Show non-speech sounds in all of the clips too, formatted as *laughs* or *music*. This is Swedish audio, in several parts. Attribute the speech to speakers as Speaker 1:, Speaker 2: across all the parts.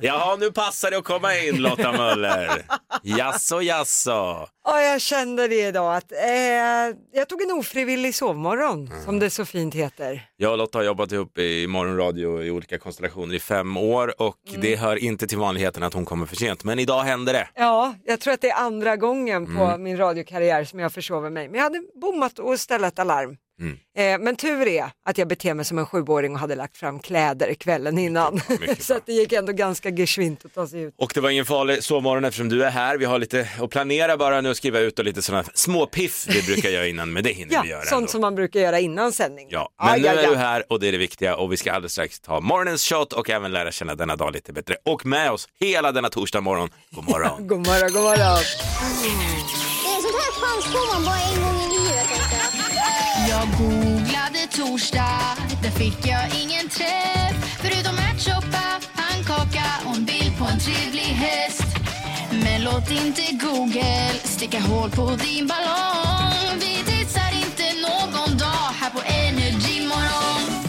Speaker 1: Jaha, nu passar det att komma in Lotta Möller. Jaså, jaså.
Speaker 2: Ja, jag kände det idag att eh, jag tog en ofrivillig sovmorgon
Speaker 1: Mm.
Speaker 2: som det så fint heter.
Speaker 1: Jag och Lotta har jobbat ihop i morgonradio i olika konstellationer i fem år och
Speaker 2: Mm.
Speaker 1: det hör inte till vanligheten att hon kommer för sent. Men idag händer det.
Speaker 2: Ja, jag tror att det är andra gången på
Speaker 1: Mm.
Speaker 2: min radiokarriär som jag försover mig. Men jag hade bommat och ställa ett alarm.
Speaker 1: Mm.
Speaker 2: Eh, men tur är att jag beter mig som en sjuåring och hade lagt fram kläder kvällen innan.
Speaker 1: mycket
Speaker 2: *laughs* så att det gick ändå ganska geschwint att ta sig ut.
Speaker 1: Och det var ingen farlig sovmorgon eftersom du är här. Vi har lite att planera bara nu och skriva ut och lite sådana små piff vi brukar göra innan, men det hinner
Speaker 2: Ja,
Speaker 1: vi göra ändå.
Speaker 2: sånt som man brukar göra innan sändning.
Speaker 1: Ja,
Speaker 2: Ah,
Speaker 1: men nu
Speaker 2: ja,
Speaker 1: är
Speaker 2: ja.
Speaker 1: du här och det är det viktiga och vi ska alldeles strax ta morgonens shot och även lära känna denna dag lite bättre. Och med oss hela denna torsdag morgon. God
Speaker 2: *laughs*
Speaker 1: morgon.
Speaker 2: God morgon, god morgon.
Speaker 3: Nej, sånt här chans får man bara en gång i livet. tänker jag.
Speaker 4: Jag googlade torsdag, där fick jag ingen träff Förutom ärtsoppa, pannkaka och en bild på en trevlig häst Men låt inte Google sticka hål på din ballong Vi dissar inte någon dag här på Energy Morgon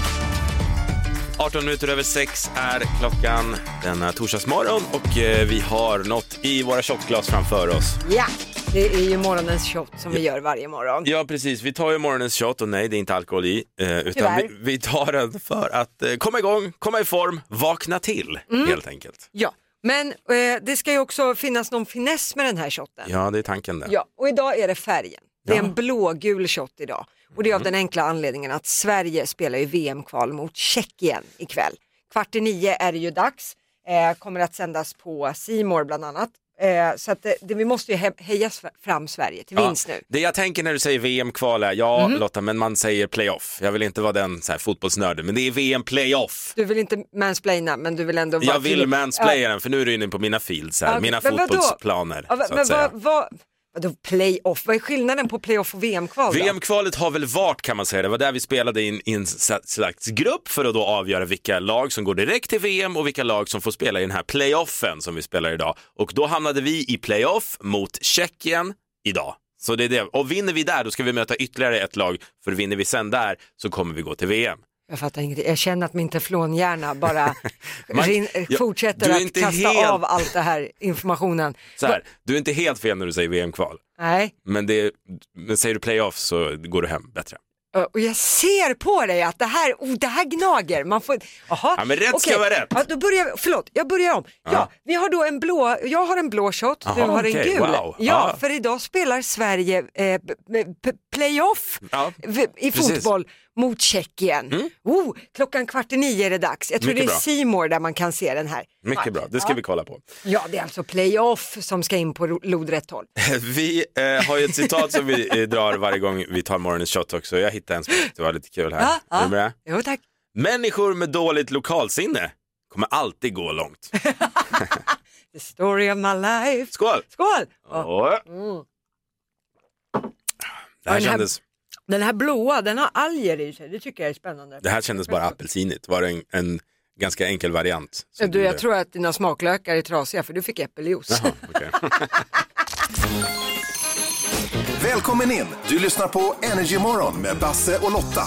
Speaker 1: Mm. 18 minuter över 6 är klockan denna torsdagsmorgon och eh, vi har något i våra shotglas framför oss.
Speaker 2: Ja, det är ju morgonens shot som vi gör varje morgon.
Speaker 1: Ja precis, vi tar ju morgonens shot och nej det är inte alkohol i eh, utan vi,
Speaker 2: Tyvärr.
Speaker 1: vi tar den för att eh, komma igång, komma i form, vakna till
Speaker 2: Mm.
Speaker 1: helt enkelt.
Speaker 2: Ja, men eh, det ska ju också finnas någon finess med den här shotten.
Speaker 1: Ja det är tanken där.
Speaker 2: Ja, och idag är det färgen. Det är
Speaker 1: Ja. Mm.
Speaker 2: en blågul shot idag. Och det är av den enkla anledningen att Sverige spelar ju VM-kval mot Tjeckien ikväll. Kvart i nio är det ju dags. Eh, kommer att sändas på Simor bland annat. Eh, så att det, det, vi måste ju he- heja Sve- fram Sverige till
Speaker 1: Ja,
Speaker 2: vinst nu. Mhm.
Speaker 1: Det jag tänker när du säger VM-kval är, ja Lotta, men man säger playoff. Jag vill inte vara den så här, fotbollsnörden, men det är VM-playoff.
Speaker 2: Du vill inte mansplaina men du vill ändå vara...
Speaker 1: Jag vill
Speaker 2: tydlig.
Speaker 1: mansplaya den, för nu är du inne på mina fields här,
Speaker 2: Ja,
Speaker 1: mina
Speaker 2: men vadå?
Speaker 1: fotbollsplaner.
Speaker 2: Ja, va-
Speaker 1: så
Speaker 2: men
Speaker 1: att säga.
Speaker 2: vad, vad, vadå playoff? Vad är skillnaden på playoff och VM-kval då?
Speaker 1: VM-kvalet har väl varit kan man säga, det var där vi spelade in i en sa- slags grupp för att då avgöra vilka lag som går direkt till VM och vilka lag som får spela i den här playoffen som vi spelar idag. Och då hamnade vi i playoff mot Tjeckien idag. Så det är det. Och vinner vi där då ska vi möta ytterligare ett lag, för vinner vi sen där så kommer vi gå till VM.
Speaker 2: Jag fattar ingenting. Jag känner att min teflonhjärna bara
Speaker 1: *laughs* Man-
Speaker 2: rin,
Speaker 1: Ja, du
Speaker 2: fortsätter
Speaker 1: är
Speaker 2: att
Speaker 1: inte
Speaker 2: kasta
Speaker 1: helt-
Speaker 2: av allt det här informationen.
Speaker 1: Så här, du är inte helt fel när du säger VM-kval,
Speaker 2: Nej,
Speaker 1: men, det är, men säger du playoff så går du hem bättre.
Speaker 2: Ö, och jag ser på dig att det här, oh, det här gnager. Man får, aha,
Speaker 1: Ja, men rätt ska
Speaker 2: okej.
Speaker 1: vara rätt.
Speaker 2: Ja, då börjar vi, förlåt, jag börjar om. Ja.
Speaker 1: Ja.
Speaker 2: vi har då en blå, jag har en blå shot, du
Speaker 1: Aha,
Speaker 2: har en
Speaker 1: okej,
Speaker 2: gul.
Speaker 1: wow.
Speaker 2: Ja,
Speaker 1: Ja.
Speaker 2: för idag spelar Sverige eh, b- b- p- playoff
Speaker 1: Ja,
Speaker 2: v- i
Speaker 1: precis. Mm.
Speaker 2: fotboll mot Tjeckien. Oh, klockan kvart i nio är det dags. Jag tror
Speaker 1: Mycket
Speaker 2: det
Speaker 1: bra.
Speaker 2: är Simor där man kan se den här.
Speaker 1: Mycket bra, det ska vi kolla på.
Speaker 2: Ja, det är alltså playoff som ska in på ro-
Speaker 1: *laughs*
Speaker 2: lodrätt håll.
Speaker 1: Vi eh, har ju ett citat som vi eh, drar varje gång vi tar morgonens shot också. Jag hittade en som jag tyckte var lite kul här.
Speaker 2: Ja,
Speaker 1: Är du
Speaker 2: ja.
Speaker 1: med?
Speaker 2: Jo tack.
Speaker 1: Människor med dåligt lokalsinne kommer alltid gå långt.
Speaker 2: The story of my life.
Speaker 1: Skål!
Speaker 2: Skål!
Speaker 1: Åh.
Speaker 2: Mm.
Speaker 1: Det, här
Speaker 2: den här-
Speaker 1: kändes,
Speaker 2: Den här blåa, den har alger i sig. Det tycker jag är spännande.
Speaker 1: det här kändes bara apelsinigt. Var det en, en ganska enkel variant? som
Speaker 2: Du, jag
Speaker 1: gjorde?
Speaker 2: tror att dina smaklökar är trasiga för du fick äppeljuice.
Speaker 1: Jaha, okej.
Speaker 5: Välkommen in! Du lyssnar på Energy Morgon med Basse och Lotta.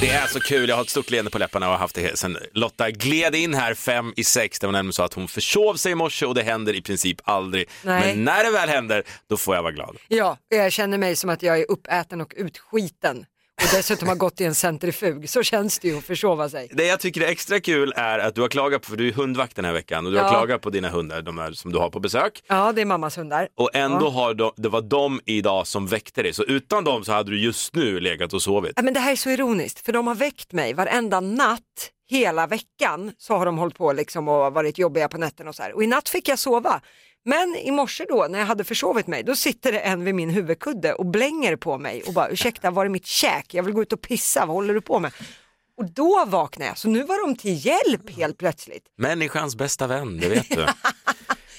Speaker 1: Det är så kul, jag har ett stort leende på läpparna och har haft det sen Lotta gled in här fem i sex där hon nämligen sa att hon försov sig i morse och det händer i princip aldrig.
Speaker 2: Nej.
Speaker 1: Men när det väl händer, då får jag vara glad.
Speaker 2: *laughs* Ja, jag känner mig som att jag är uppäten och utskiten och dessutom har gått i en centrifug. Så känns det ju att försova sig.
Speaker 1: Det jag tycker är extra kul är att du har klagat på, för du är hundvakt den här veckan och du har
Speaker 2: Ja.
Speaker 1: klagat på dina hundar, de här som du har på besök.
Speaker 2: Ja, det är mammas hundar.
Speaker 1: Och ändå har de, det var de idag som väckte dig, så utan dem så hade du just nu legat och sovit.
Speaker 2: Ja, men det här är så ironiskt för de har väckt mig varenda natt hela veckan så har de hållit på liksom och varit jobbiga på nätterna och så här. Och i natt fick jag sova Men i morse då när jag hade försovit mig, då sitter det en vid min huvudkudde och blänger på mig och bara ursäkta var är mitt käk? Jag vill gå ut och pissa, vad håller du på med? Och då vaknade jag, så nu var de till hjälp helt plötsligt.
Speaker 1: Människans bästa vän, det vet
Speaker 2: *laughs*
Speaker 1: du.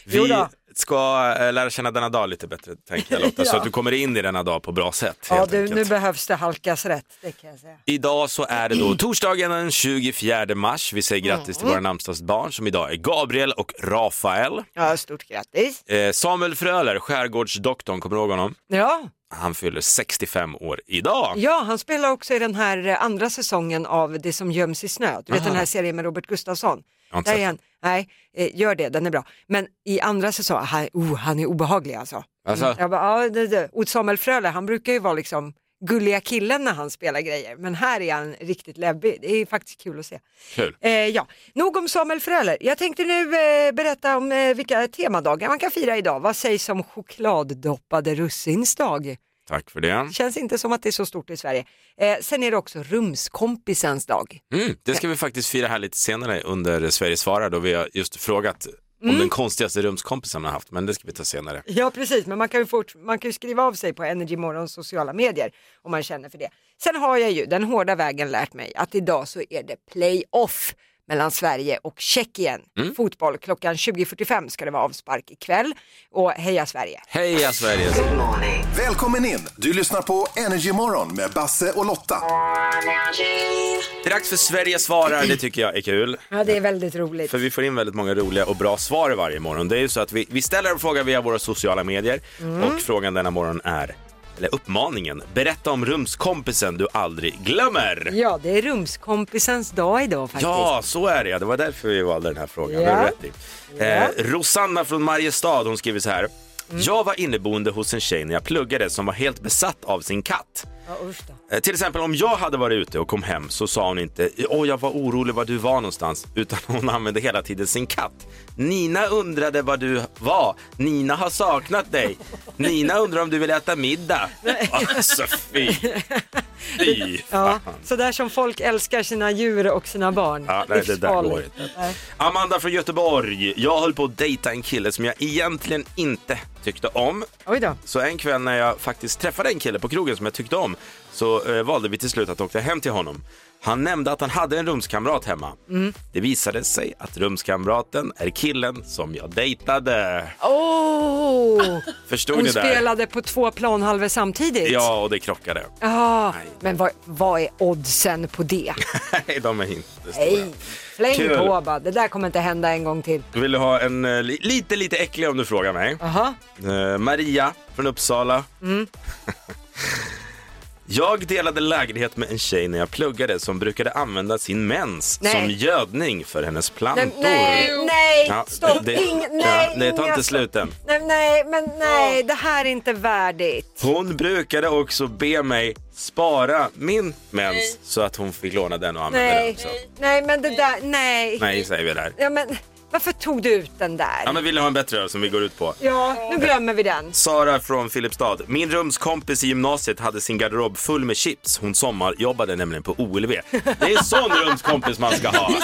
Speaker 2: Jo
Speaker 1: Vi
Speaker 2: då.
Speaker 1: ska eh, lära känna denna dag lite bättre, tänker jag
Speaker 2: *laughs*
Speaker 1: Lotta, så
Speaker 2: Ja.
Speaker 1: att du kommer in i denna dag på bra sätt.
Speaker 2: Ja
Speaker 1: helt
Speaker 2: du,
Speaker 1: enkelt.
Speaker 2: nu behövs det halkas rätt, det kan jag säga.
Speaker 1: Idag så är det
Speaker 2: *clears throat*
Speaker 1: då torsdagen den 24 mars. Vi säger grattis till våra namnsdagsbarn som idag är Gabriel och Rafael.
Speaker 2: Ja, stort grattis.
Speaker 1: Eh, Samuel Fröler, skärgårdsdoktorn, kommer du ihåg honom?
Speaker 2: Ja,
Speaker 1: Han fyller 65 år idag.
Speaker 2: ja han spelar också i den här eh, andra säsongen av Det som göms i snö. Du vet den här serien med Robert Gustafsson.
Speaker 1: har inte
Speaker 2: Där
Speaker 1: sett
Speaker 2: är han. Nej, eh, gör det, den är bra. Men i andra säsongen, han, oh, han är obehaglig alltså.
Speaker 1: Alltså,
Speaker 2: Jag bara, ja, det, det. Och Samuel Fröler, han brukar ju vara liksom gulliga killen när han spelar grejer, men här är han riktigt läbbig. Det är faktiskt kul att se.
Speaker 1: kul.
Speaker 2: Eh, ja. Nog om Samuel Fröler. Jag tänkte nu eh, berätta om eh, vilka temadagar man kan fira idag. Vad sägs om chokladdoppade russins dag?
Speaker 1: Tack för det.
Speaker 2: Känns inte som att det är så stort i Sverige. Eh, sen är det också rumskompisens dag.
Speaker 1: Mm, det ska vi faktiskt fira här lite senare under Sverige svarar då vi har just frågat
Speaker 2: Mm.
Speaker 1: om den konstigaste rumskompisen man har haft, men det ska vi ta senare.
Speaker 2: Ja precis, men man kan, ju fort, man kan ju skriva av sig på Energy Morgons sociala medier om man känner för det. Sen har jag ju den hårda vägen lärt mig att idag så är det playoff mellan Sverige och Tjeckien.
Speaker 1: Mm.
Speaker 2: Fotboll klockan 20.45 ska det vara avspark ikväll och heja Sverige.
Speaker 1: Heja Sverige!
Speaker 5: Välkommen in! Du lyssnar på Energy Morgon med Basse och Lotta.
Speaker 1: Det är dags för Sverige svarar, det tycker jag är kul.
Speaker 2: Ja det är väldigt roligt.
Speaker 1: För vi får in väldigt många roliga och bra svar varje morgon. Det är ju så att vi, vi ställer en fråga via våra sociala medier
Speaker 2: Mm.
Speaker 1: och frågan denna morgon är, eller uppmaningen, berätta om rumskompisen du aldrig glömmer.
Speaker 2: Ja det är rumskompisens dag idag faktiskt.
Speaker 1: Ja, så är det. Det var därför vi valde den här frågan.
Speaker 2: Ja. Mm.
Speaker 1: Det har du rätt i. Eh, Rosanna från Mariestad hon skriver så här. Jag var inneboende hos en tjej när jag pluggade som var helt besatt av sin katt.
Speaker 2: Ja, usch då.
Speaker 1: Eh, Till exempel om jag hade varit ute och kom hem så sa hon inte åh jag var orolig var du var någonstans *laughs* utan hon använde hela tiden sin katt. Nina undrade var du var. Nina har saknat dig. Nina undrar om du vill äta
Speaker 2: *laughs*
Speaker 1: middag. Alltså fy. Fy.
Speaker 2: Ja, så där som folk älskar sina djur och sina barn.
Speaker 1: Ja, nej, det där
Speaker 2: Livsfarligt.
Speaker 1: går inte. Amanda från Göteborg. Jag höll på att dejta en kille som jag egentligen inte tyckte om.
Speaker 2: Oj då.
Speaker 1: Så en kväll när jag faktiskt träffade en kille på krogen som jag tyckte om så eh, valde vi till slut att åka hem till honom. Han nämnde att han hade en rumskamrat hemma. Det visade sig att rumskamraten är killen som jag dejtade.
Speaker 2: Åh!
Speaker 1: Förstod
Speaker 2: Oh! Hon
Speaker 1: ni där?
Speaker 2: spelade på två planhalvor samtidigt.
Speaker 1: Ja, och det krockade. *laughs*
Speaker 2: Ja, men vad, vad är oddsen
Speaker 1: *laughs*
Speaker 2: på det?
Speaker 1: Nej, de är inte stora.
Speaker 2: Nej, släng
Speaker 1: Kul.
Speaker 2: på bara. Det där kommer inte hända en gång till.
Speaker 1: Vill du ha en eh, li- lite, lite äcklig om du frågar mig?
Speaker 2: Aha.
Speaker 1: Eh, Maria från Uppsala.
Speaker 2: Mm.
Speaker 1: *laughs* jag delade lägenhet med en tjej när jag pluggade som brukade använda sin mens
Speaker 2: Nej.
Speaker 1: som gödning för hennes plantor.
Speaker 2: Nej, nej, nej,
Speaker 1: Ja,
Speaker 2: stopp.
Speaker 1: det-
Speaker 2: Ing, nej,
Speaker 1: ja, det tar
Speaker 2: inga
Speaker 1: inte
Speaker 2: stopp.
Speaker 1: slut än.
Speaker 2: Nej, nej, men nej, det här är inte värdigt.
Speaker 1: Hon brukade också be mig spara min mens så att hon fick låna den och använda den
Speaker 2: Nej,
Speaker 1: också.
Speaker 2: nej, men det där, nej.
Speaker 1: Nej, säger vi där.
Speaker 2: Ja, men varför tog du ut den där?
Speaker 1: Ja, men vill ni ha en bättre som vi går ut på?
Speaker 2: Ja, nu glömmer vi den.
Speaker 1: Sara från Filipstad. Min rumskompis i gymnasiet hade sin garderob full med chips. Hon sommarjobbade nämligen på OLV. Det är en sån rumskompis man ska ha. *laughs*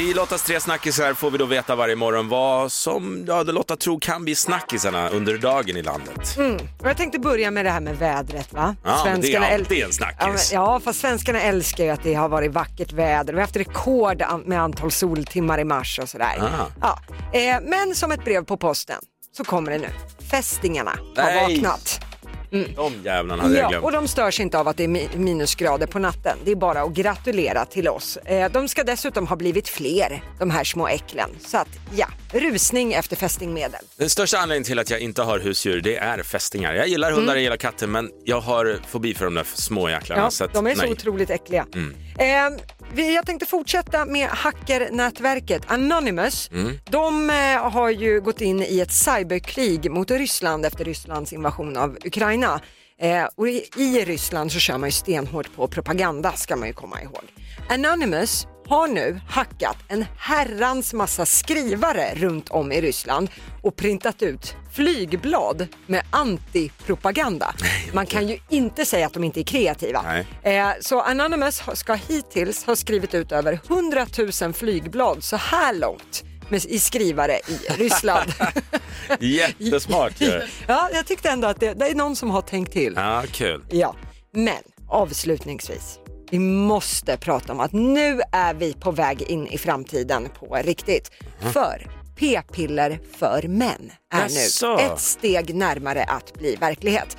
Speaker 1: I Lottas tre snackisar får vi då veta varje morgon vad som ja, det Lotta tror kan bli snackisarna under dagen i landet.
Speaker 2: Och jag tänkte börja med det här med vädret va?
Speaker 1: Ja, men det är
Speaker 2: äl-
Speaker 1: alltid en snackis.
Speaker 2: Ja, men, ja, fast svenskarna älskar ju att det har varit vackert väder. Vi har haft rekord an- med antal soltimmar i mars och sådär. Ja. Eh, men som ett brev på posten så kommer det nu. Fästingarna
Speaker 1: Nej.
Speaker 2: har vaknat.
Speaker 1: De jävlarna hade jag
Speaker 2: Ja, och
Speaker 1: glömt.
Speaker 2: de störs inte av att det är mi- minusgrader på natten. Det är bara att gratulera till oss. Eh, de ska dessutom ha blivit fler, de här små äcklen. Så att ja, rusning efter fästingmedel.
Speaker 1: Den största anledningen till att jag inte har husdjur det är fästingar. Jag gillar hundar, jag gillar katter men jag har fobi för de där små jäklarna.
Speaker 2: Mm. Ja,
Speaker 1: så att,
Speaker 2: de är så
Speaker 1: nej.
Speaker 2: otroligt äckliga. Eh, vi, jag tänkte fortsätta med hackernätverket Anonymous. De eh, har ju gått in i ett cyberkrig mot Ryssland efter Rysslands invasion av Ukraina. Eh, och i, I Ryssland så kör man ju stenhårt på propaganda ska man ju komma ihåg. Anonymous har nu hackat en herrans massa skrivare runt om i Ryssland och printat ut flygblad med antipropaganda. Man kan ju inte säga att de inte är kreativa.
Speaker 1: Nej.
Speaker 2: Eh, så Anonymous har- ska hittills ha skrivit ut över 100 000 flygblad så här långt med, i skrivare i Ryssland.
Speaker 1: *laughs* Jättesmart ju.
Speaker 2: *laughs* ja, jag tyckte ändå att det, det är någon som har tänkt till.
Speaker 1: Ja, kul.
Speaker 2: Ja, men avslutningsvis. Vi måste prata om att nu är vi på väg in i framtiden på riktigt.
Speaker 1: Mm.
Speaker 2: För p-piller för män är
Speaker 1: Jaså?
Speaker 2: nu ett steg närmare att bli verklighet.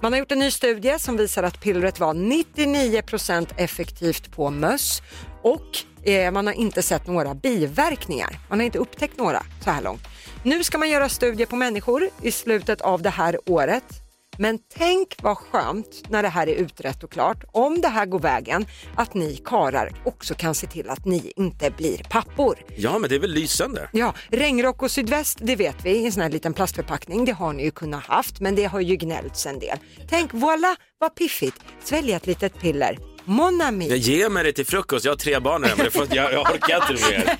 Speaker 2: Man har gjort en ny studie som visar att pillret var 99% effektivt på möss och eh, man har inte sett några biverkningar. Man har inte upptäckt några så här långt. Nu ska man göra studier på människor i slutet av det här året. Men tänk vad skönt när det här är utrett och klart, om det här går vägen, att ni karar också kan se till att ni inte blir pappor.
Speaker 1: Ja, men det är väl lysande.
Speaker 2: Ja, regnrock och sydväst, det vet vi, i en sån här liten plastförpackning, det har ni ju kunnat haft, men det har ju gnällts en del. Tänk, voilà, vad piffigt, svälja ett litet piller. Mon ami.
Speaker 1: Jag ger mig det till frukost, jag har tre barn hemma. Det får- Jag, jag orkar inte
Speaker 2: *laughs*
Speaker 1: mer.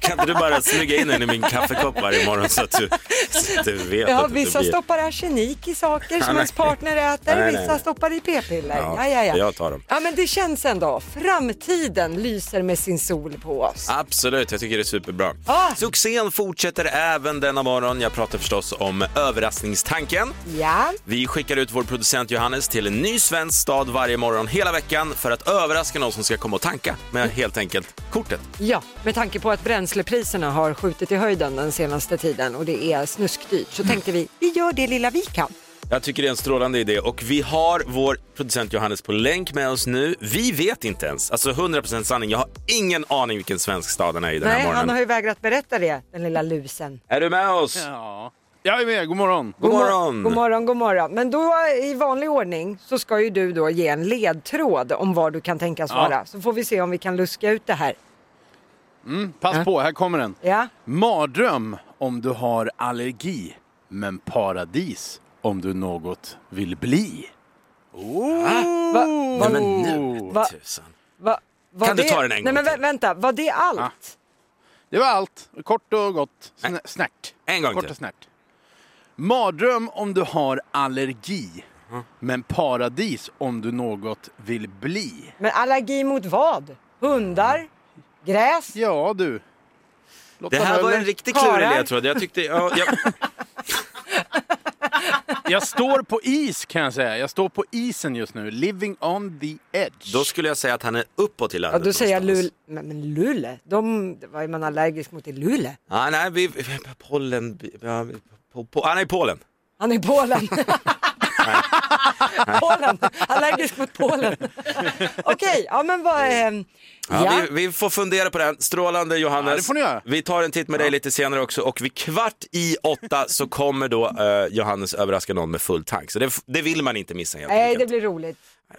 Speaker 1: Kan inte du bara smyga in den i min kaffekopp varje morgon så att du, så att du vet
Speaker 2: Ja,
Speaker 1: att det
Speaker 2: vissa
Speaker 1: blir...
Speaker 2: stoppar arsenik
Speaker 1: *laughs*
Speaker 2: i saker som
Speaker 1: nej.
Speaker 2: ens partner
Speaker 1: Nej,
Speaker 2: äter,
Speaker 1: nej,
Speaker 2: vissa
Speaker 1: nej.
Speaker 2: stoppar i p-piller.
Speaker 1: Ja,
Speaker 2: Ja, ja, ja.
Speaker 1: jag tar dem.
Speaker 2: Ja, men det känns ändå. Framtiden lyser med sin sol på oss.
Speaker 1: Ah. Absolut, jag tycker det är superbra.
Speaker 2: Ah!
Speaker 1: Succén fortsätter även denna morgon. Jag pratar förstås om överraskningstanken.
Speaker 2: Ja.
Speaker 1: Vi skickar ut vår producent Johannes till en ny svensk stad varje morgon hela veckan för att överraska någon som ska komma och tanka med helt enkelt kortet.
Speaker 2: Ja, med tanke på att bränslepriserna har skjutit i höjden den senaste tiden och det är snuskdyrt så tänkte vi, vi gör det lilla vi kan.
Speaker 1: Jag tycker det är en strålande idé och vi har vår producent Johannes på länk med oss nu. Vi vet inte ens, alltså 100% sanning, jag har ingen aning vilken svensk stad den är i den
Speaker 2: Nej,
Speaker 1: här morgonen.
Speaker 2: han har ju vägrat berätta det, den lilla lusen.
Speaker 1: Är du med oss?
Speaker 6: Ja. Jag är med, god morgon.
Speaker 1: God
Speaker 2: mor-
Speaker 1: morgon!
Speaker 2: God morgon, god morgon. Men då i vanlig ordning så ska ju du då ge en ledtråd om vad du kan tänkas vara. Så får vi se om vi kan luska ut det här.
Speaker 7: Pass på, här kommer den.
Speaker 2: Ja,
Speaker 7: Mardröm om du har allergi, men paradis om du något vill bli.
Speaker 2: va, va,
Speaker 1: Nej, men nu
Speaker 2: Va-
Speaker 1: tusan.
Speaker 2: va, va
Speaker 1: Kan du
Speaker 2: det...
Speaker 1: ta den en gång
Speaker 2: Nej men
Speaker 1: till?
Speaker 2: vä- vänta, var det allt?
Speaker 7: Det var allt. Kort och gott. Snä- snärt.
Speaker 1: En gång
Speaker 7: Kort
Speaker 1: till.
Speaker 7: och snärt. Mardröm om du har allergi,
Speaker 8: Mm.
Speaker 7: men paradis om du något vill bli.
Speaker 2: Men allergi mot vad? Hundar? Gräs?
Speaker 7: Ja, du. Lotta
Speaker 1: Det här var
Speaker 7: Möller.
Speaker 1: en riktigt klurig
Speaker 2: Karlar.
Speaker 1: ledtråd. Jag tyckte... Ja, jag...
Speaker 2: *laughs*
Speaker 7: Jag står på is, kan jag säga. Jag står på isen just nu. Living on the edge.
Speaker 1: Då skulle jag säga att han är uppåt i
Speaker 2: Ja,
Speaker 1: landet.
Speaker 2: då säger jag
Speaker 1: någonstans.
Speaker 2: Lule. Men, men Lule, de, vad är man allergisk mot i Lule?
Speaker 1: Ah, nej, vi... Pollen... Ja, på, på, han är i Polen.
Speaker 2: Han är i *laughs* Polen. *laughs* Polen, allergisk mot Polen. Okej, ja men vad... ehm,
Speaker 1: Ja,
Speaker 2: ja.
Speaker 1: Vi, vi får fundera på den. Strålande Johannes.
Speaker 7: Ja, det får ni göra.
Speaker 1: Vi tar en titt med dig lite senare också och vid kvart i åtta så kommer då eh, Johannes överraska någon med full tank. Så det, f- det vill man inte missa helt
Speaker 2: Nej, det
Speaker 1: enkelt.
Speaker 2: blir roligt.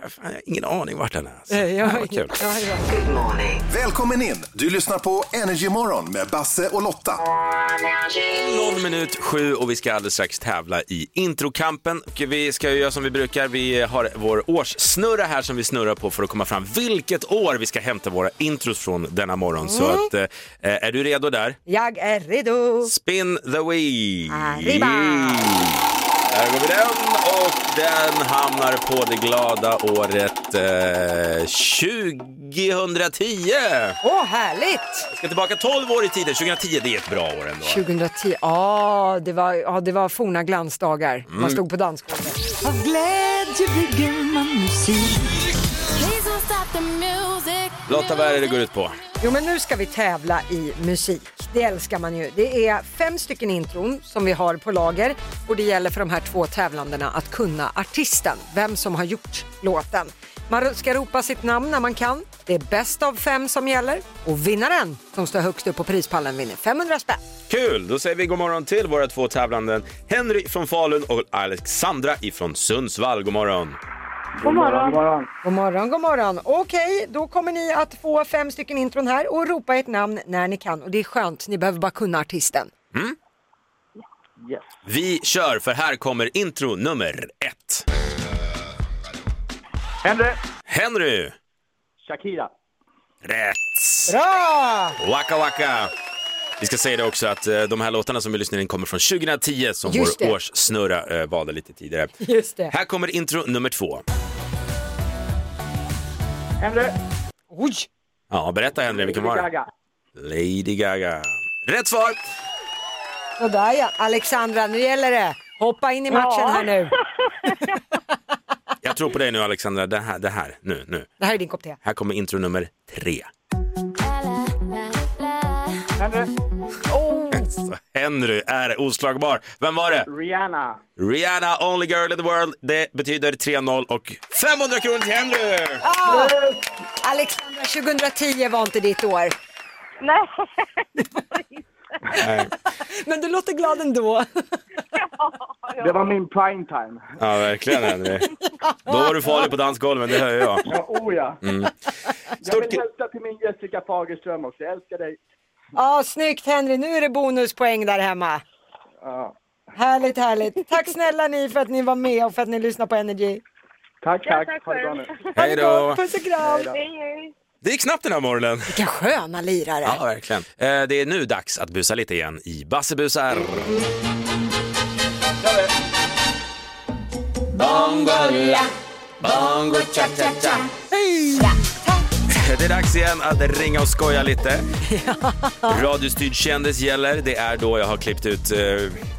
Speaker 1: Fan, jag har ingen aning vart den är. Alltså.
Speaker 2: Eh,
Speaker 1: Ja,
Speaker 2: Ja,
Speaker 1: vad kul.
Speaker 2: ja, ja.
Speaker 5: Välkommen in! Du lyssnar på Energy Morgon med Basse och Lotta.
Speaker 1: Någon minut sju och vi ska alldeles strax tävla i introkampen. Och vi ska ju göra som vi brukar. Vi har vår årssnurra här som vi snurrar på för att komma fram vilket år vi ska hämta våra intros från denna morgon. Så
Speaker 2: Mm.
Speaker 1: att, eh, är du redo där?
Speaker 2: Jag är redo.
Speaker 1: Spin the wheel.
Speaker 2: Arriba!
Speaker 1: Där går vi den och den hamnar på det glada året eh, 2010.
Speaker 2: Åh, härligt!
Speaker 1: Vi ska tillbaka 12 år i tiden. 2010 det är ett bra år ändå.
Speaker 2: 2010, ja det, var, ja det var forna glansdagar.
Speaker 1: Mm.
Speaker 2: Man stod på dansgolvet.
Speaker 9: Av glädje bygger man musik.
Speaker 1: Lotta, vad är det det går ut på?
Speaker 2: Jo men nu ska vi tävla i musik. Det älskar man ju. Det är fem stycken intron som vi har på lager och det gäller för de här två tävlandena att kunna artisten, vem som har gjort låten. Man ska ropa sitt namn när man kan. Det är bäst av fem som gäller och vinnaren som står högst upp på prispallen vinner 500 spänn.
Speaker 1: Kul! Då säger vi god morgon till våra två tävlande. Henry från Falun och Alexandra ifrån Sundsvall. God morgon!
Speaker 2: God morgon, god morgon. Okej, då kommer ni att få fem stycken intron här och ropa ett namn när ni kan. Och det är skönt, ni behöver bara kunna artisten.
Speaker 1: Vi kör, för här kommer intro nummer ett.
Speaker 8: Henry.
Speaker 1: Henry!
Speaker 8: Shakira.
Speaker 1: Rätt!
Speaker 2: Bra!
Speaker 1: Waka waka! Vi ska säga det också att eh, de här låtarna som vi lyssnar in kommer från 2010 som
Speaker 2: Just
Speaker 1: vår
Speaker 2: det.
Speaker 1: årssnurra eh, valde lite tidigare.
Speaker 2: Just det.
Speaker 1: Här kommer intro nummer två.
Speaker 8: Henry.
Speaker 2: Oj!
Speaker 1: Ja, berätta Henry vilken var det?
Speaker 8: Gaga.
Speaker 1: Lady Gaga. Rätt svar!
Speaker 2: Sådär ja, Alexandra nu gäller det. Hoppa in i matchen
Speaker 8: Ja.
Speaker 2: här nu.
Speaker 1: Jag tror på dig nu Alexandra. Det här, det här, nu, nu.
Speaker 2: Det här är din kopp te.
Speaker 1: Här kommer intro nummer tre. *laughs* Så Henry är oslagbar. Vem var det?
Speaker 8: Rihanna.
Speaker 1: Rihanna, only girl in the world. Det betyder 3-0 och 500 kronor till Henry!
Speaker 2: Ah! Alexandra, 2010 var inte ditt år.
Speaker 8: Nej.
Speaker 1: Nej.
Speaker 2: Men du låter glad ändå.
Speaker 8: Det var min prime time.
Speaker 1: Ja, verkligen Henry. Då var du farlig på dansgolven, det hör ju jag.
Speaker 8: Ja, oh ja.
Speaker 1: Mm.
Speaker 8: Jag vill hälsa till min Jessica Fagerström också. Jag älskar dig.
Speaker 2: Ja, snyggt Henry, nu är det bonuspoäng där hemma.
Speaker 8: Ja.
Speaker 2: Härligt, härligt. Tack snälla ni för att ni var med och för att ni lyssnade på Energy.
Speaker 8: Tack,
Speaker 2: Ja,
Speaker 8: tack.
Speaker 2: tack
Speaker 8: ha det bra nu.
Speaker 1: Hej då!
Speaker 2: Puss och kram.
Speaker 1: Det gick snabbt den här morgonen.
Speaker 2: Vilka sköna lirare.
Speaker 1: Ja, verkligen. Eh, Det är nu dags att busa lite igen i Bassebusar.
Speaker 9: Bongola, bongo cha cha cha.
Speaker 1: Det är dags igen att ringa och skoja lite. Radiostyrd kändis gäller. Det är då jag har klippt ut eh,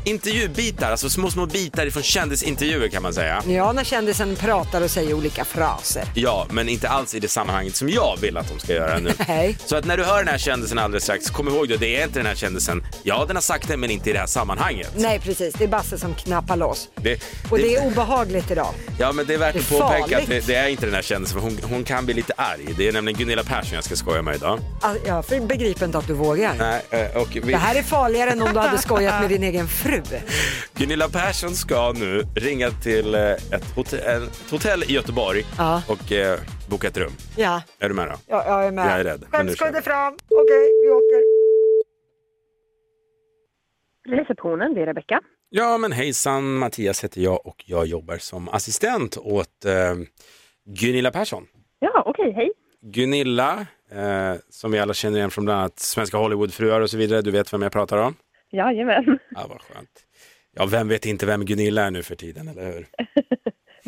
Speaker 1: intervjubitar, alltså små, små bitar från kändisintervjuer kan man säga.
Speaker 2: Ja, när kändisen pratar och säger olika fraser.
Speaker 1: Ja, men inte alls i det sammanhanget som jag vill att de ska göra nu.
Speaker 2: *laughs* Nej.
Speaker 1: Så att när du hör den här kändisen alldeles strax, kom ihåg då, det är inte den här kändisen. Ja, den har sagt det, men inte i det här sammanhanget.
Speaker 2: Nej, precis. Det är Basse som knappar loss.
Speaker 1: Det,
Speaker 2: Och det är obehagligt idag.
Speaker 1: Ja, men det är värt att
Speaker 2: Det är
Speaker 1: påpeka att det,
Speaker 2: farligt.
Speaker 1: det är inte den här kändisen, för hon, hon kan bli lite arg. Det är nämligen Gunilla Persson jag ska skoja med idag.
Speaker 2: Alltså, jag begriper inte att du vågar.
Speaker 1: Nej, eh, och vi,
Speaker 2: Det här är farligare än om du hade skojat med din egen fru.
Speaker 1: Gunilla Persson ska nu ringa till eh, ett hotell, ett hotell i Göteborg
Speaker 2: Ja.
Speaker 1: och eh, boka ett rum.
Speaker 2: Ja,
Speaker 1: Är du med då?
Speaker 2: ja jag är med.
Speaker 1: Jag är rädd, men
Speaker 2: Vem
Speaker 1: nu
Speaker 2: ska
Speaker 1: kör vi.
Speaker 2: det fram? Okej, vi åker.
Speaker 10: Receptionen, det är Rebecka.
Speaker 1: Ja, men hejsan, Mattias heter jag och jag jobbar som assistent åt eh, Gunilla Persson.
Speaker 10: Ja, okej, hej.
Speaker 1: Gunilla, eh, som vi alla känner igen från bland annat svenska Hollywoodfruar och så vidare. Du vet vem jag pratar om?
Speaker 10: Jajamän. *laughs*
Speaker 1: Ja, vad skönt. Ja, vem vet inte vem Gunilla är nu för tiden, eller hur?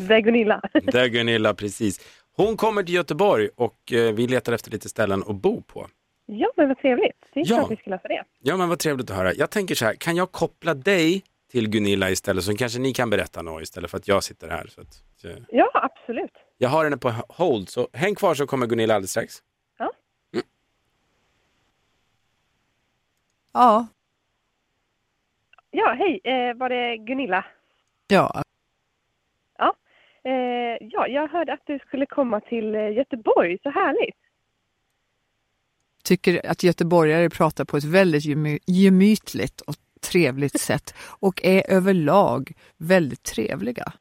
Speaker 10: Det är Gunilla.
Speaker 1: Det är Gunilla, precis. Hon kommer till Göteborg och eh, vi letar efter lite ställen att bo på.
Speaker 10: Ja, men *laughs* vad trevligt. Det är
Speaker 1: Ja.
Speaker 10: klart vi ska lösa det.
Speaker 1: Ja, men vad trevligt att höra. Jag tänker så här, kan jag koppla dig till Gunilla istället så kanske ni kan berätta något istället för att jag sitter här. Så att, eh,
Speaker 10: Ja, absolut.
Speaker 1: jag har henne på hold, så häng kvar så kommer Gunilla alldeles strax.
Speaker 9: Ja.
Speaker 10: Ja, hej. Eh, var det Gunilla?
Speaker 9: Ja.
Speaker 10: Ja. Eh, ja, jag hörde att du skulle komma till eh, Göteborg. Så härligt.
Speaker 9: Tycker att göteborgare pratar på ett väldigt gemy- gemytligt och trevligt sätt och är överlag väldigt trevliga.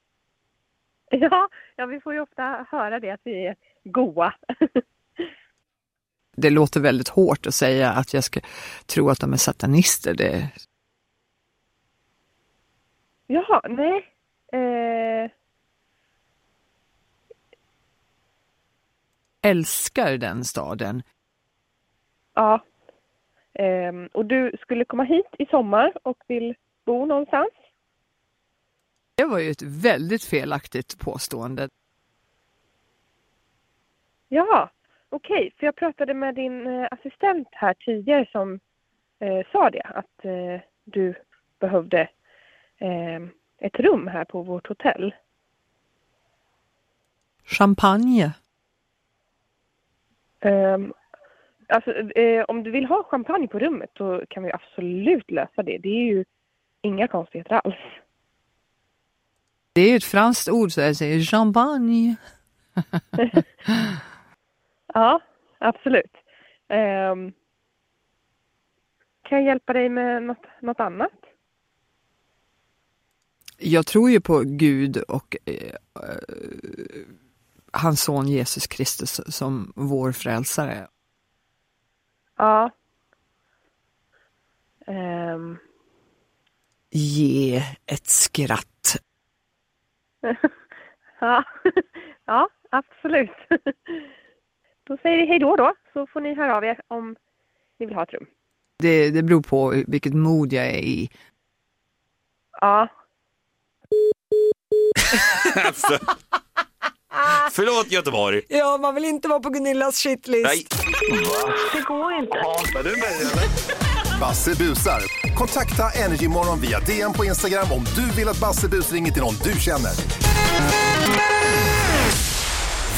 Speaker 10: Ja, ja, vi får ju ofta höra det att vi är goa.
Speaker 9: Det låter väldigt hårt att säga att jag ska tro att de är satanister. Det,
Speaker 10: Jaha, nej. Eh,
Speaker 9: älskar den staden.
Speaker 10: ja. Ehm, och du skulle komma hit i sommar och vill bo någonstans?
Speaker 9: Det var ju ett väldigt felaktigt påstående.
Speaker 10: Ja, okej. För jag pratade med din eh, assistent här tidigare som eh, sa det, att eh, du behövde eh, ett rum här på vårt hotell.
Speaker 9: Champagne.
Speaker 10: Ehm, alltså, eh, om du vill ha champagne på rummet då kan vi absolut lösa det. Det är ju inga konstigheter alls. *laughs*
Speaker 9: Det är ju ett franskt ord så jag säger champagne.
Speaker 10: Ja, absolut. Ehm, kan jag hjälpa dig med något, något annat?
Speaker 9: Jag tror ju på Gud och eh, eh, hans son Jesus Kristus som vår frälsare.
Speaker 10: Ja. Ehm,
Speaker 9: Ge ett skratt.
Speaker 10: Ja, *laughs* ja absolut. Då säger vi hej då då, så får ni höra av er om ni vill ha ett rum.
Speaker 9: Det, det beror på vilket mod jag är i.
Speaker 10: Ja,
Speaker 1: Förlåt Göteborg.
Speaker 2: Ja, man vill inte vara på Gunillas shitlist.
Speaker 1: Nej.
Speaker 2: Det går inte.
Speaker 5: Basse busar. Kontakta Energymorgon via DM på Instagram om du vill att Basse bus ringer till någon du känner.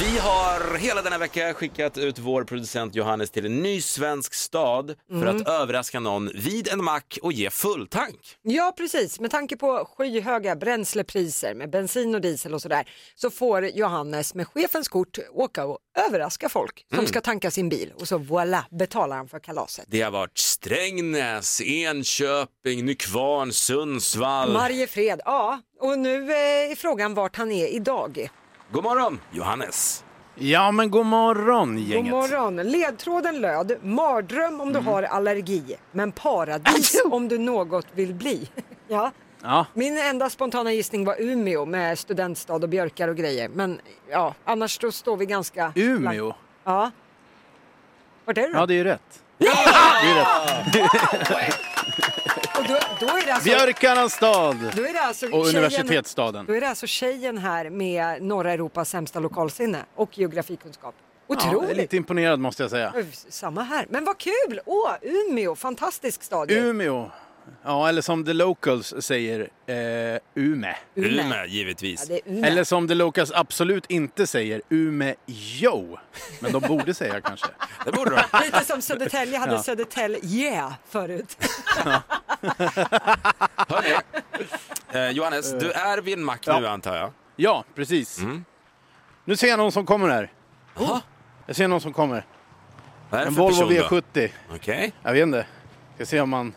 Speaker 1: Vi har hela denna vecka skickat ut vår producent Johannes till en ny svensk stad för
Speaker 2: Mm.
Speaker 1: att överraska någon vid en mack och ge fulltank.
Speaker 2: Ja, precis. Med tanke på skyhöga bränslepriser med bensin och diesel och sådär så får Johannes med chefens kort åka och överraska folk som
Speaker 1: Mm.
Speaker 2: ska tanka sin bil och så voilà betalar han för kalaset.
Speaker 1: Det har varit Strängnäs, Enköping, Nykvarn, Sundsvall.
Speaker 2: Mariefred, ja. Och nu eh, är frågan vart han är idag.
Speaker 1: God morgon, Johannes.
Speaker 7: Ja, men god morgon
Speaker 2: God
Speaker 7: gänget. Mm.
Speaker 2: morgon. Ledtråden löd mardröm om du har allergi
Speaker 7: *laughs*
Speaker 2: men paradis om du något vill bli. ja.
Speaker 7: Ja.
Speaker 2: Min enda spontana gissning var Umeå med studentstad och björkar och grejer. Men ja, annars då står vi ganska...
Speaker 7: Umeå?
Speaker 2: Ja. Vart är du då?
Speaker 7: Ja, det är ju rätt. Det är rätt.
Speaker 2: Och då, då är det alltså...
Speaker 7: Björkarnas stad
Speaker 2: Då är det alltså
Speaker 7: och
Speaker 2: tjejen-
Speaker 7: universitetsstaden.
Speaker 2: Då är det alltså tjejen här med norra Europas sämsta lokalsinne och geografikunskap. Otroligt!
Speaker 7: Ja, jag är lite imponerad måste jag säga.
Speaker 2: Samma här. Men vad kul! Åh, Umeå, fantastisk stad. ju.
Speaker 7: Umeå. Ja, eller som the locals säger, eh, Ume.
Speaker 2: Ume.
Speaker 1: Ume, givetvis.
Speaker 2: Ja, det är Ume.
Speaker 7: Eller som the locals absolut inte säger, Umeå. Men de borde säga kanske.
Speaker 1: Det borde de.
Speaker 2: *laughs* Lite som Södertälje hade
Speaker 7: Ja.
Speaker 2: Södertälje yeah förut.
Speaker 1: Eh, Johannes, du är vid en mack nu antar jag?
Speaker 7: Ja, precis.
Speaker 1: Mm.
Speaker 7: Nu ser jag någon som kommer här. Jag ser någon som kommer.
Speaker 1: Vad är det
Speaker 7: En
Speaker 1: för
Speaker 7: Volvo
Speaker 1: person då?
Speaker 7: V70.
Speaker 1: Okej.
Speaker 7: Jag vet inte. Ska se om man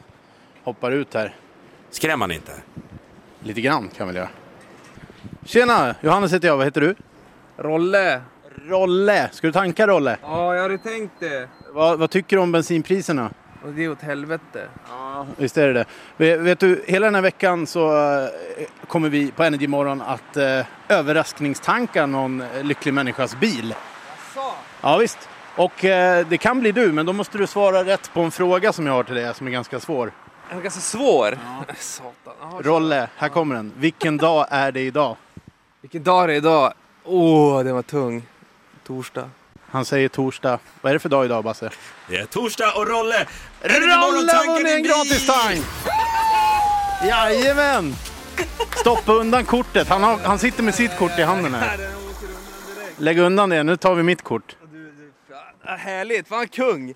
Speaker 7: hoppar ut här.
Speaker 1: Skrämmer han inte?
Speaker 7: Lite grann kan vi göra. Tjena! Johannes heter jag. Vad heter du? Rolle. Rolle. Ska du tanka Rolle?
Speaker 11: Ja, jag hade tänkt det.
Speaker 7: Vad, vad tycker du om bensinpriserna?
Speaker 11: Och det är åt helvete. Ja.
Speaker 7: Visst är det det. Ve- Vet du, hela den här veckan så eh, kommer vi på Energy Morgon att eh, överraskningstanka någon eh, lycklig människas bil. Ja, visst. Och eh, det kan bli du, men då måste du svara rätt på en fråga som jag har till dig som är ganska svår.
Speaker 11: Den var ganska svår. Satan. Ja,
Speaker 7: Rolle, här kommer den. Vilken dag är det idag?
Speaker 11: Vilken dag är det idag? Åh, den var tung. Torsdag.
Speaker 7: Han säger torsdag. Vad är det för dag idag, Basse?
Speaker 1: Det är torsdag och Rolle!
Speaker 7: Rolle har vunnit en gratis tank! Jajamän! Stoppa undan kortet. Han, har, han sitter med sitt kort i handen här. Lägg undan det. Nu tar vi mitt kort.
Speaker 11: Ah, härligt, fan kung.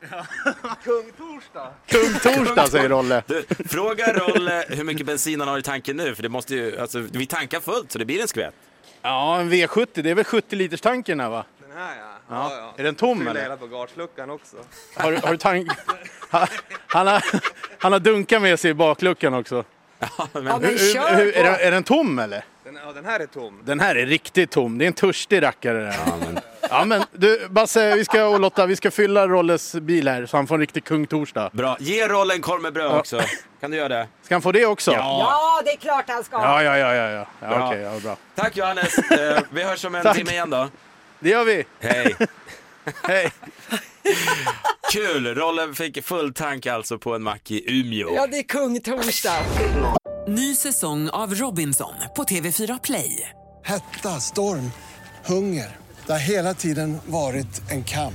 Speaker 11: Kung-torsdag.
Speaker 7: Kungtorsdag säger Rolle.
Speaker 1: Du, fråga Rolle hur mycket bensin han har i tanken nu, för det måste ju, alltså, vi tankar fullt så det blir en skvätt.
Speaker 7: Ja, en V70. Det är väl 70 liters tanken här va?
Speaker 11: Den här ja.
Speaker 7: Ja. Är den tom,
Speaker 11: Fyller
Speaker 7: eller?
Speaker 11: hela bagageluckan också.
Speaker 7: Har, du- har du tank... Han, han, har, han har dunkat med sig i bakluckan också.
Speaker 11: men
Speaker 7: Hur- hur-
Speaker 11: kör
Speaker 7: hur-
Speaker 11: på.
Speaker 7: är, den, är den tom eller?
Speaker 11: Den, ja, den här är tom.
Speaker 7: Den här är riktigt tom. Det är en törstig rackare det här. Ja men du Basse, vi ska, och Lotta, vi ska fylla Rolles bil här så han får en riktig kung torsdag.
Speaker 1: Bra. Ge Rolle en korv med bröd
Speaker 7: Ja.
Speaker 1: också. Kan du göra det?
Speaker 7: Ska han få det också?
Speaker 2: Ja, det är klart han ska.
Speaker 7: Ja, ja, ja, ja, ja. ja
Speaker 1: Bra.
Speaker 7: bra. Okej, ja, bra. *laughs*
Speaker 1: Tack Johannes! Eh, vi hörs om en
Speaker 7: Tack.
Speaker 1: timme igen då.
Speaker 7: Det gör vi.
Speaker 1: Hej!
Speaker 7: Hej!
Speaker 1: Kul! Rolle fick full tank alltså på en mack i Umeå.
Speaker 12: Ja, det är kung torsdag. Ny säsong av Robinson på TV4 Play.
Speaker 13: Hetta, storm, hunger. Det har hela tiden varit en kamp.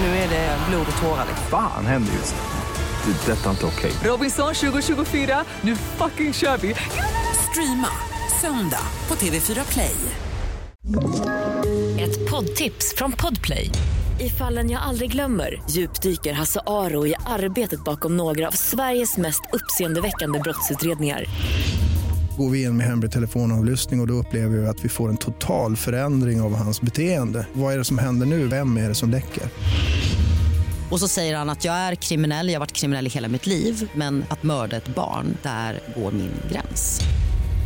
Speaker 12: Nu är det blod och tårar. liksom?
Speaker 14: Fan händer just nu. Det. är Detta är inte okej.
Speaker 12: Robinson 2024, nu fucking kör vi! Streama söndag på TV4 Play.
Speaker 15: Ett poddtips från Podplay. I fallen jag aldrig glömmer djupdyker Hasse Aro i arbetet bakom några av Sveriges mest uppseendeväckande brottsutredningar.
Speaker 16: Går vi in med hemlig telefonavlyssning och, och då upplever vi att vi får en total förändring av hans beteende. Vad är det som händer nu? Vem är det som läcker?
Speaker 17: Och så säger han att jag är kriminell, jag har varit kriminell i hela mitt liv men att mörda ett barn, där går min gräns.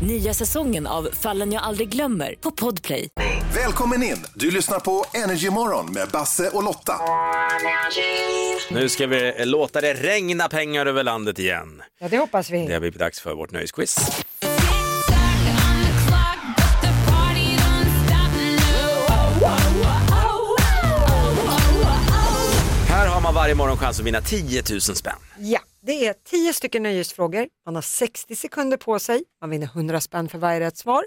Speaker 15: Nya säsongen av Fallen jag aldrig glömmer på Podplay.
Speaker 5: Välkommen in! Du lyssnar på Energymorgon med Basse och Lotta.
Speaker 1: Nu ska vi eh, låta det regna pengar över landet igen.
Speaker 2: Ja, det hoppas vi.
Speaker 1: Det har blivit dags för vårt nöjesquiz. Här har man varje morgon chans att vinna 10 000 spänn.
Speaker 2: Ja, det är 10 stycken nöjesfrågor. Man har 60 sekunder på sig. Man vinner 100 spänn för varje rätt svar.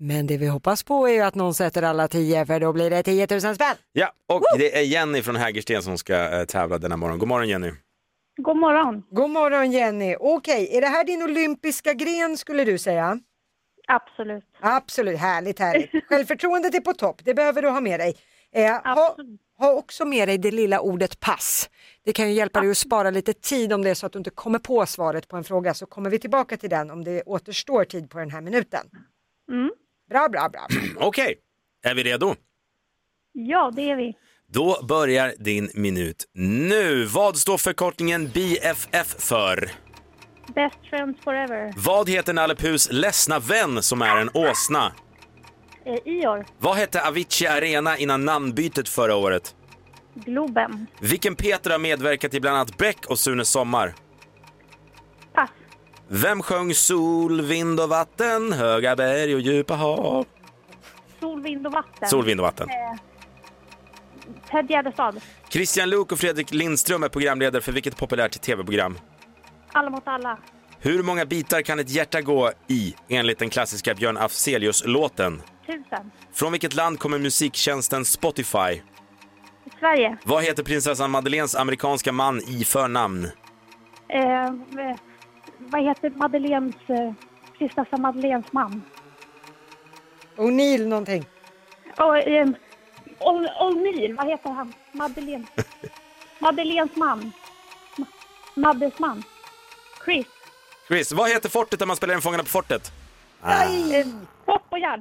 Speaker 2: Men det vi hoppas på är ju att någon sätter alla tio för då blir det 10 000 spänn.
Speaker 1: Ja, och det är Jenny från Hägersten som ska eh, tävla denna morgon. God morgon Jenny. *clears throat*
Speaker 2: God morgon. God morgon Jenny. Okej, är det här din olympiska gren skulle du säga? Absolut. Absolut, härligt härligt. Självförtroendet är på topp, det behöver du ha med dig. Eh, ha, ha också med dig det lilla ordet pass. Det kan ju hjälpa dig att spara lite tid om det är så att du inte kommer på svaret på en fråga så kommer vi tillbaka till den om det återstår tid på den här minuten. Bra, bra, bra.
Speaker 1: Okej, är vi redo?
Speaker 18: Ja, det är vi.
Speaker 1: Då börjar din minut nu. Vad står förkortningen BFF för?
Speaker 18: Best friends forever.
Speaker 1: Vad heter Nalle Puhs ledsna vän som är en åsna?
Speaker 18: Eh, Ior.
Speaker 1: Vad hette Avicii Arena innan namnbytet förra året?
Speaker 18: Globen.
Speaker 1: Vilken Peter har medverkat i bland annat Beck och Sune Sommar?
Speaker 18: Pass.
Speaker 1: Vem sjöng Sol, vind och vatten, höga berg och djupa hav?
Speaker 18: Sol, vind och vatten.
Speaker 1: Sol, vind och vatten.
Speaker 18: Eh, Ted Gärdestad.
Speaker 1: Christian Luuk och Fredrik Lindström är programledare för vilket populärt tv-program?
Speaker 18: Alla mot alla.
Speaker 1: Hur många bitar kan ett hjärta gå i, enligt den klassiska Björn Afzelius-låten?
Speaker 18: Tusen.
Speaker 1: Från vilket land kommer musiktjänsten Spotify?
Speaker 18: Sverige.
Speaker 1: Vad heter prinsessan Madeleines amerikanska man i förnamn?
Speaker 18: Eh, eh, vad heter Madeleines... Eh, prinsessa Madeleines man?
Speaker 2: O'Neill någonting.
Speaker 18: Oh, eh, Ol- Olmir, vad heter han? Madeleine. Madeleines man. Ma- Maddes man. Chris.
Speaker 1: Chris, vad heter fortet där man spelar in Fångarna på fortet?
Speaker 18: Eh, Hoppojard.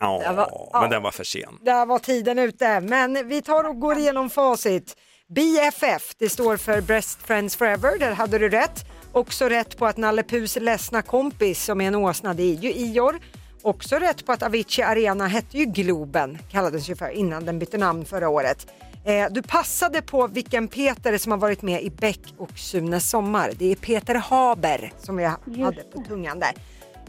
Speaker 1: Ja,
Speaker 2: Det var-
Speaker 1: men den var för sen.
Speaker 2: Där var tiden ute, men vi tar och går igenom facit. BFF, det står för Best Friends Forever, där hade du rätt. Också rätt på att Nalle Puhs ledsna kompis som är en åsna, det är ju Ior. Också rätt på att Avicii Arena hette ju Globen, kallades ju för innan den bytte namn förra året. Eh, du passade på vilken Peter som har varit med i Beck och Sunes sommar. Det är Peter Haber som jag hade på tungan där.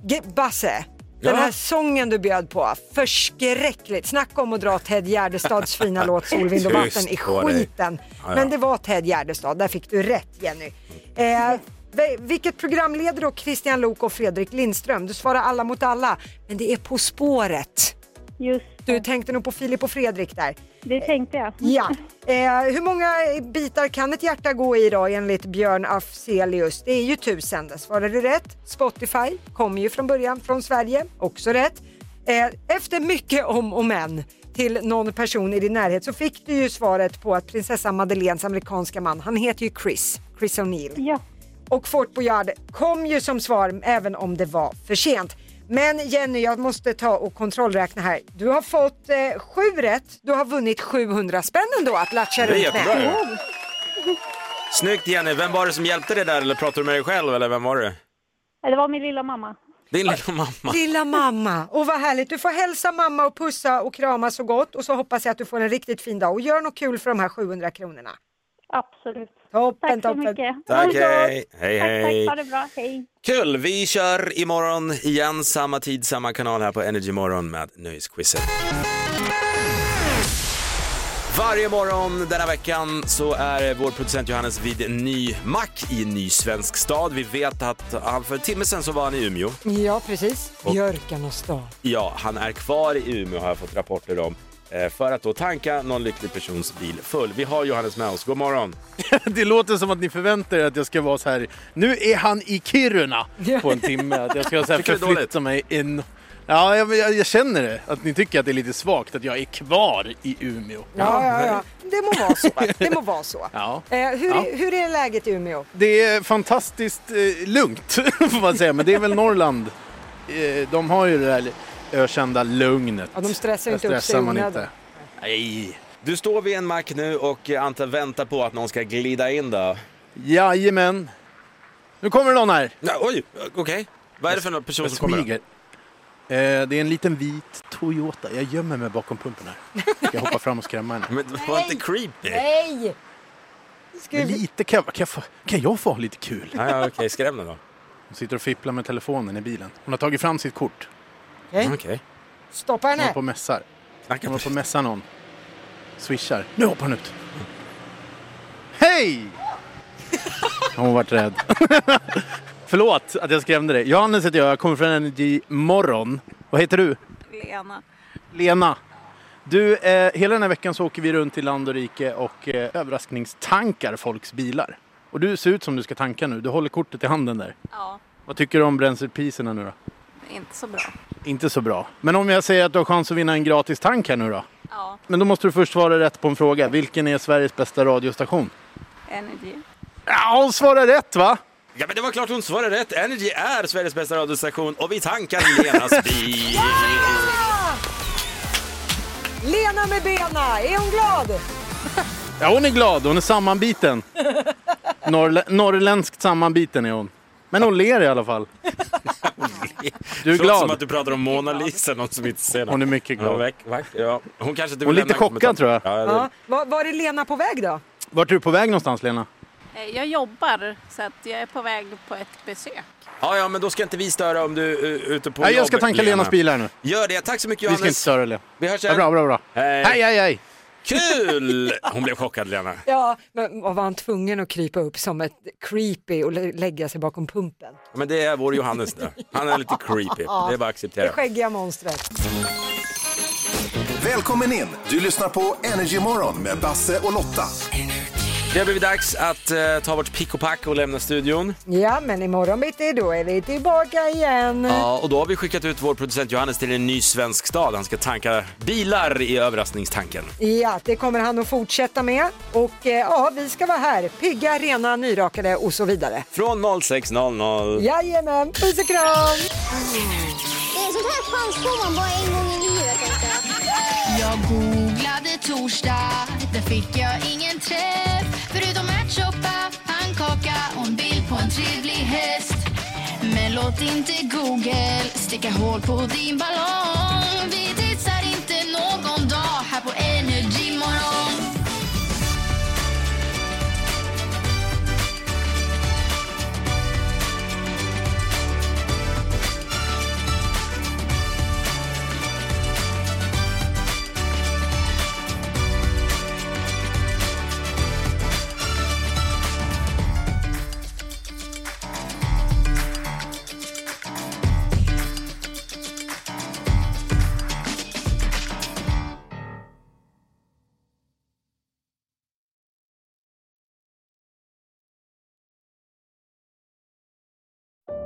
Speaker 2: Ge- Basse, den
Speaker 12: Ja.
Speaker 2: här sången du bjöd på, förskräckligt. Snacka om att dra
Speaker 12: *laughs*
Speaker 2: Ted Gärdestads fina låt Sol, vind och vatten i
Speaker 12: Tyst på dig.
Speaker 2: skiten.
Speaker 12: Ja, ja.
Speaker 2: Men det var Ted Gärdestad, där fick du rätt Jenny. Eh, ve- vilket program leder då Christian Lok och Fredrik Lindström? Du svarar alla mot alla, men det är På spåret.
Speaker 18: Just
Speaker 2: Du tänkte nog på Filip och Fredrik där.
Speaker 18: Det tänkte jag.
Speaker 2: Ja. Eh, hur många bitar kan ett hjärta gå i då enligt Björn Afzelius? Det är ju tusen, där svarade du rätt. Spotify kommer ju från början från Sverige, också rätt. Eh, efter mycket om och men till någon person i din närhet så fick du ju svaret på att prinsessa Madeleines amerikanska man, han heter ju Chris, Chris O'Neill. Och Fort Boyard kom ju som svar även om det var för sent. Men Jenny, jag måste ta och kontrollräkna här. Du har fått eh, sju rätt. Du har vunnit 700 spänn ändå att latcha
Speaker 1: Det är
Speaker 2: runt
Speaker 1: jättebra
Speaker 2: med.
Speaker 1: *laughs* ju. Snyggt Jenny, vem var det som hjälpte dig där eller pratade du med dig själv eller vem var det?
Speaker 18: Det var min lilla mamma.
Speaker 1: Din lilla mamma.
Speaker 2: Lilla mamma, och vad härligt. Du får hälsa mamma och pussa och krama så gott och så hoppas jag att du får en riktigt fin dag och gör något kul för de här 700 kronorna.
Speaker 18: Absolut.
Speaker 2: Toppen,
Speaker 18: Tack så
Speaker 2: toppen.
Speaker 18: mycket.
Speaker 1: Tack,
Speaker 18: Ha det gott.
Speaker 1: hej. Hej,
Speaker 18: Tack,
Speaker 1: hej.
Speaker 18: Tack, ha det bra. Hej.
Speaker 1: Kul, vi kör imorgon igen, samma tid, samma kanal här på Energy Morgon med Nöjesquizet. Varje morgon denna veckan så är vår producent Johannes vid en ny mack i en ny svensk stad. Vi vet att han för en timme sedan så var han i Umeå.
Speaker 2: Ja, precis. Björkan och stan.
Speaker 1: Ja, han är kvar i Umeå har jag fått rapporter om. eh, För att då tanka någon lycklig persons bil full. Vi har Johannes med oss, god morgon.
Speaker 7: Det låter som att ni förväntar er att jag ska vara så här. Nu är han i Kiruna på en timme. Att jag ska så här
Speaker 1: Tycker du det är
Speaker 7: förflytta mig in. Ja, jag, jag, jag känner det. Att ni tycker att det är lite svagt att jag är kvar i Umeå.
Speaker 2: Ja, ja, ja. Det må vara så. Det må vara så.
Speaker 7: Ja.
Speaker 2: Eh, hur,
Speaker 7: Ja.
Speaker 2: är, hur är läget i Umeå?
Speaker 7: Det är fantastiskt eh, lugnt, *laughs* får man säga. Men det är väl Norrland. Eh, de har ju det där ökända lugnet.
Speaker 2: Ja, de stressar ju
Speaker 7: Där
Speaker 2: inte upp sig i
Speaker 7: stressar man
Speaker 2: onödan.
Speaker 7: inte.
Speaker 1: Nej. Du står vid en mack nu och eh, Ante väntar på att någon ska glida in då.
Speaker 7: Jajamän. Nu kommer det någon här.
Speaker 1: Ja, oj, okej. Vad är det för en person
Speaker 7: Jag
Speaker 1: som kommer? då?
Speaker 7: smyger. Eh, det är en liten vit Toyota. Jag gömmer mig bakom pumpen här. Ska jag hoppa fram och skrämma henne?
Speaker 1: Men var inte creepy.
Speaker 2: Nej!
Speaker 7: Men lite kan, jag- kan, jag få, kan jag få ha lite kul?
Speaker 1: Ja, ja, okej, skräm den då.
Speaker 7: Hon sitter och fipplar med telefonen i bilen. Hon har tagit fram sitt kort.
Speaker 2: Okej. Stoppa
Speaker 7: Hon håller
Speaker 2: henne!
Speaker 7: på och mässar. Hon håller på och mässar någon. Swishar. Nu hoppar hon ut. Hej! Hon vart rädd. *laughs* Förlåt att jag skrämde dig. Johannes heter jag. Jag kommer från Energy Morgon. Vad heter du?
Speaker 19: Lena.
Speaker 7: Lena. Du, eh, hela den här veckan så åker vi runt i land och rike och eh, överraskningstankar folks bilar. Och du ser ut som du ska tanka nu. Du håller kortet i handen där.
Speaker 19: Ja,
Speaker 7: Vad tycker du om bränslepriserna nu då?
Speaker 19: inte så bra.
Speaker 7: Inte så bra. Men om jag säger att du har chans att vinna en gratis tank här nu då?
Speaker 19: Ja,
Speaker 7: Men då måste du först svara rätt på en fråga. Vilken är Sveriges bästa radiostation?
Speaker 19: energy.
Speaker 7: Ja, hon svarar rätt va?
Speaker 1: Ja men det var klart hon svarade rätt. Energy är Sveriges bästa radiostation och vi tankar *laughs* Lenas bil.
Speaker 2: Lena med bena, är hon glad?
Speaker 7: Ja, hon är glad. Hon är
Speaker 1: *laughs*
Speaker 7: sammanbiten. Norrlä- norrländskt sammanbiten är hon. Men hon ler i alla
Speaker 1: *laughs*
Speaker 7: fall. Du är
Speaker 1: Låter
Speaker 7: glad.
Speaker 1: som att du pratar om Mona Lisa, någon som inte ser det.
Speaker 7: Hon är mycket glad.
Speaker 1: Ja, vack- vack- ja. Hon kanske inte
Speaker 7: Hon är
Speaker 1: vill
Speaker 7: lite
Speaker 1: lämna en
Speaker 7: chockad,
Speaker 1: kommentar.
Speaker 7: tror jag.
Speaker 1: Ja, det-
Speaker 2: Ja. Var, var är Lena på väg då?
Speaker 7: Vart är du på väg någonstans Lena?
Speaker 19: Eh, Jag jobbar så att jag är på väg på ett besök.
Speaker 1: Ja, ja, men då ska inte vi störa om du eh, är ute på
Speaker 7: Nej, jag
Speaker 1: jobb,
Speaker 7: ska tanka
Speaker 1: Lena.
Speaker 7: Lenas bil här nu.
Speaker 1: Gör det. Tack så mycket
Speaker 7: Vi
Speaker 1: Johannes.
Speaker 7: ska inte störa Lena.
Speaker 1: Vi hörs
Speaker 7: Ja,
Speaker 1: sen.
Speaker 7: bra, bra, bra.
Speaker 1: Hej.
Speaker 7: Hej, hej, hej.
Speaker 1: Kul! Hon blev chockad Lena.
Speaker 2: Ja, men var han tvungen att krypa upp som ett creepy och lä- lägga sig bakom pumpen?
Speaker 1: Men det är vår Johannes där. Han är lite creepy. Det är bara att
Speaker 2: Det
Speaker 1: acceptera.
Speaker 2: skäggiga monstret.
Speaker 5: Välkommen in! Du lyssnar på Energymorgon med Basse och Lotta.
Speaker 1: Det har blivit dags att eh, ta vårt pick och pack och lämna studion.
Speaker 2: Ja, men imorgon bitti då är vi tillbaka igen.
Speaker 1: Ja, och då har vi skickat ut vår producent Johannes till en ny svensk stad. Han ska tanka bilar i överraskningstanken.
Speaker 2: Ja, det kommer han att fortsätta med. Och eh, ja, vi ska vara här, pigga, rena, nyrakade och så vidare.
Speaker 1: Från 06.00.
Speaker 2: Jajamän, puss och kram!
Speaker 3: Eh, Sånt här chans får man bara en gång i livet. Alltså.
Speaker 4: Jag googlade torsdag, där fick jag ingen träff Förutom ärtsoppa, pannkaka och en bild på en trevlig häst Men låt inte Google sticka hål på din ballong Vi dissar inte någon dag här på Energy Morgon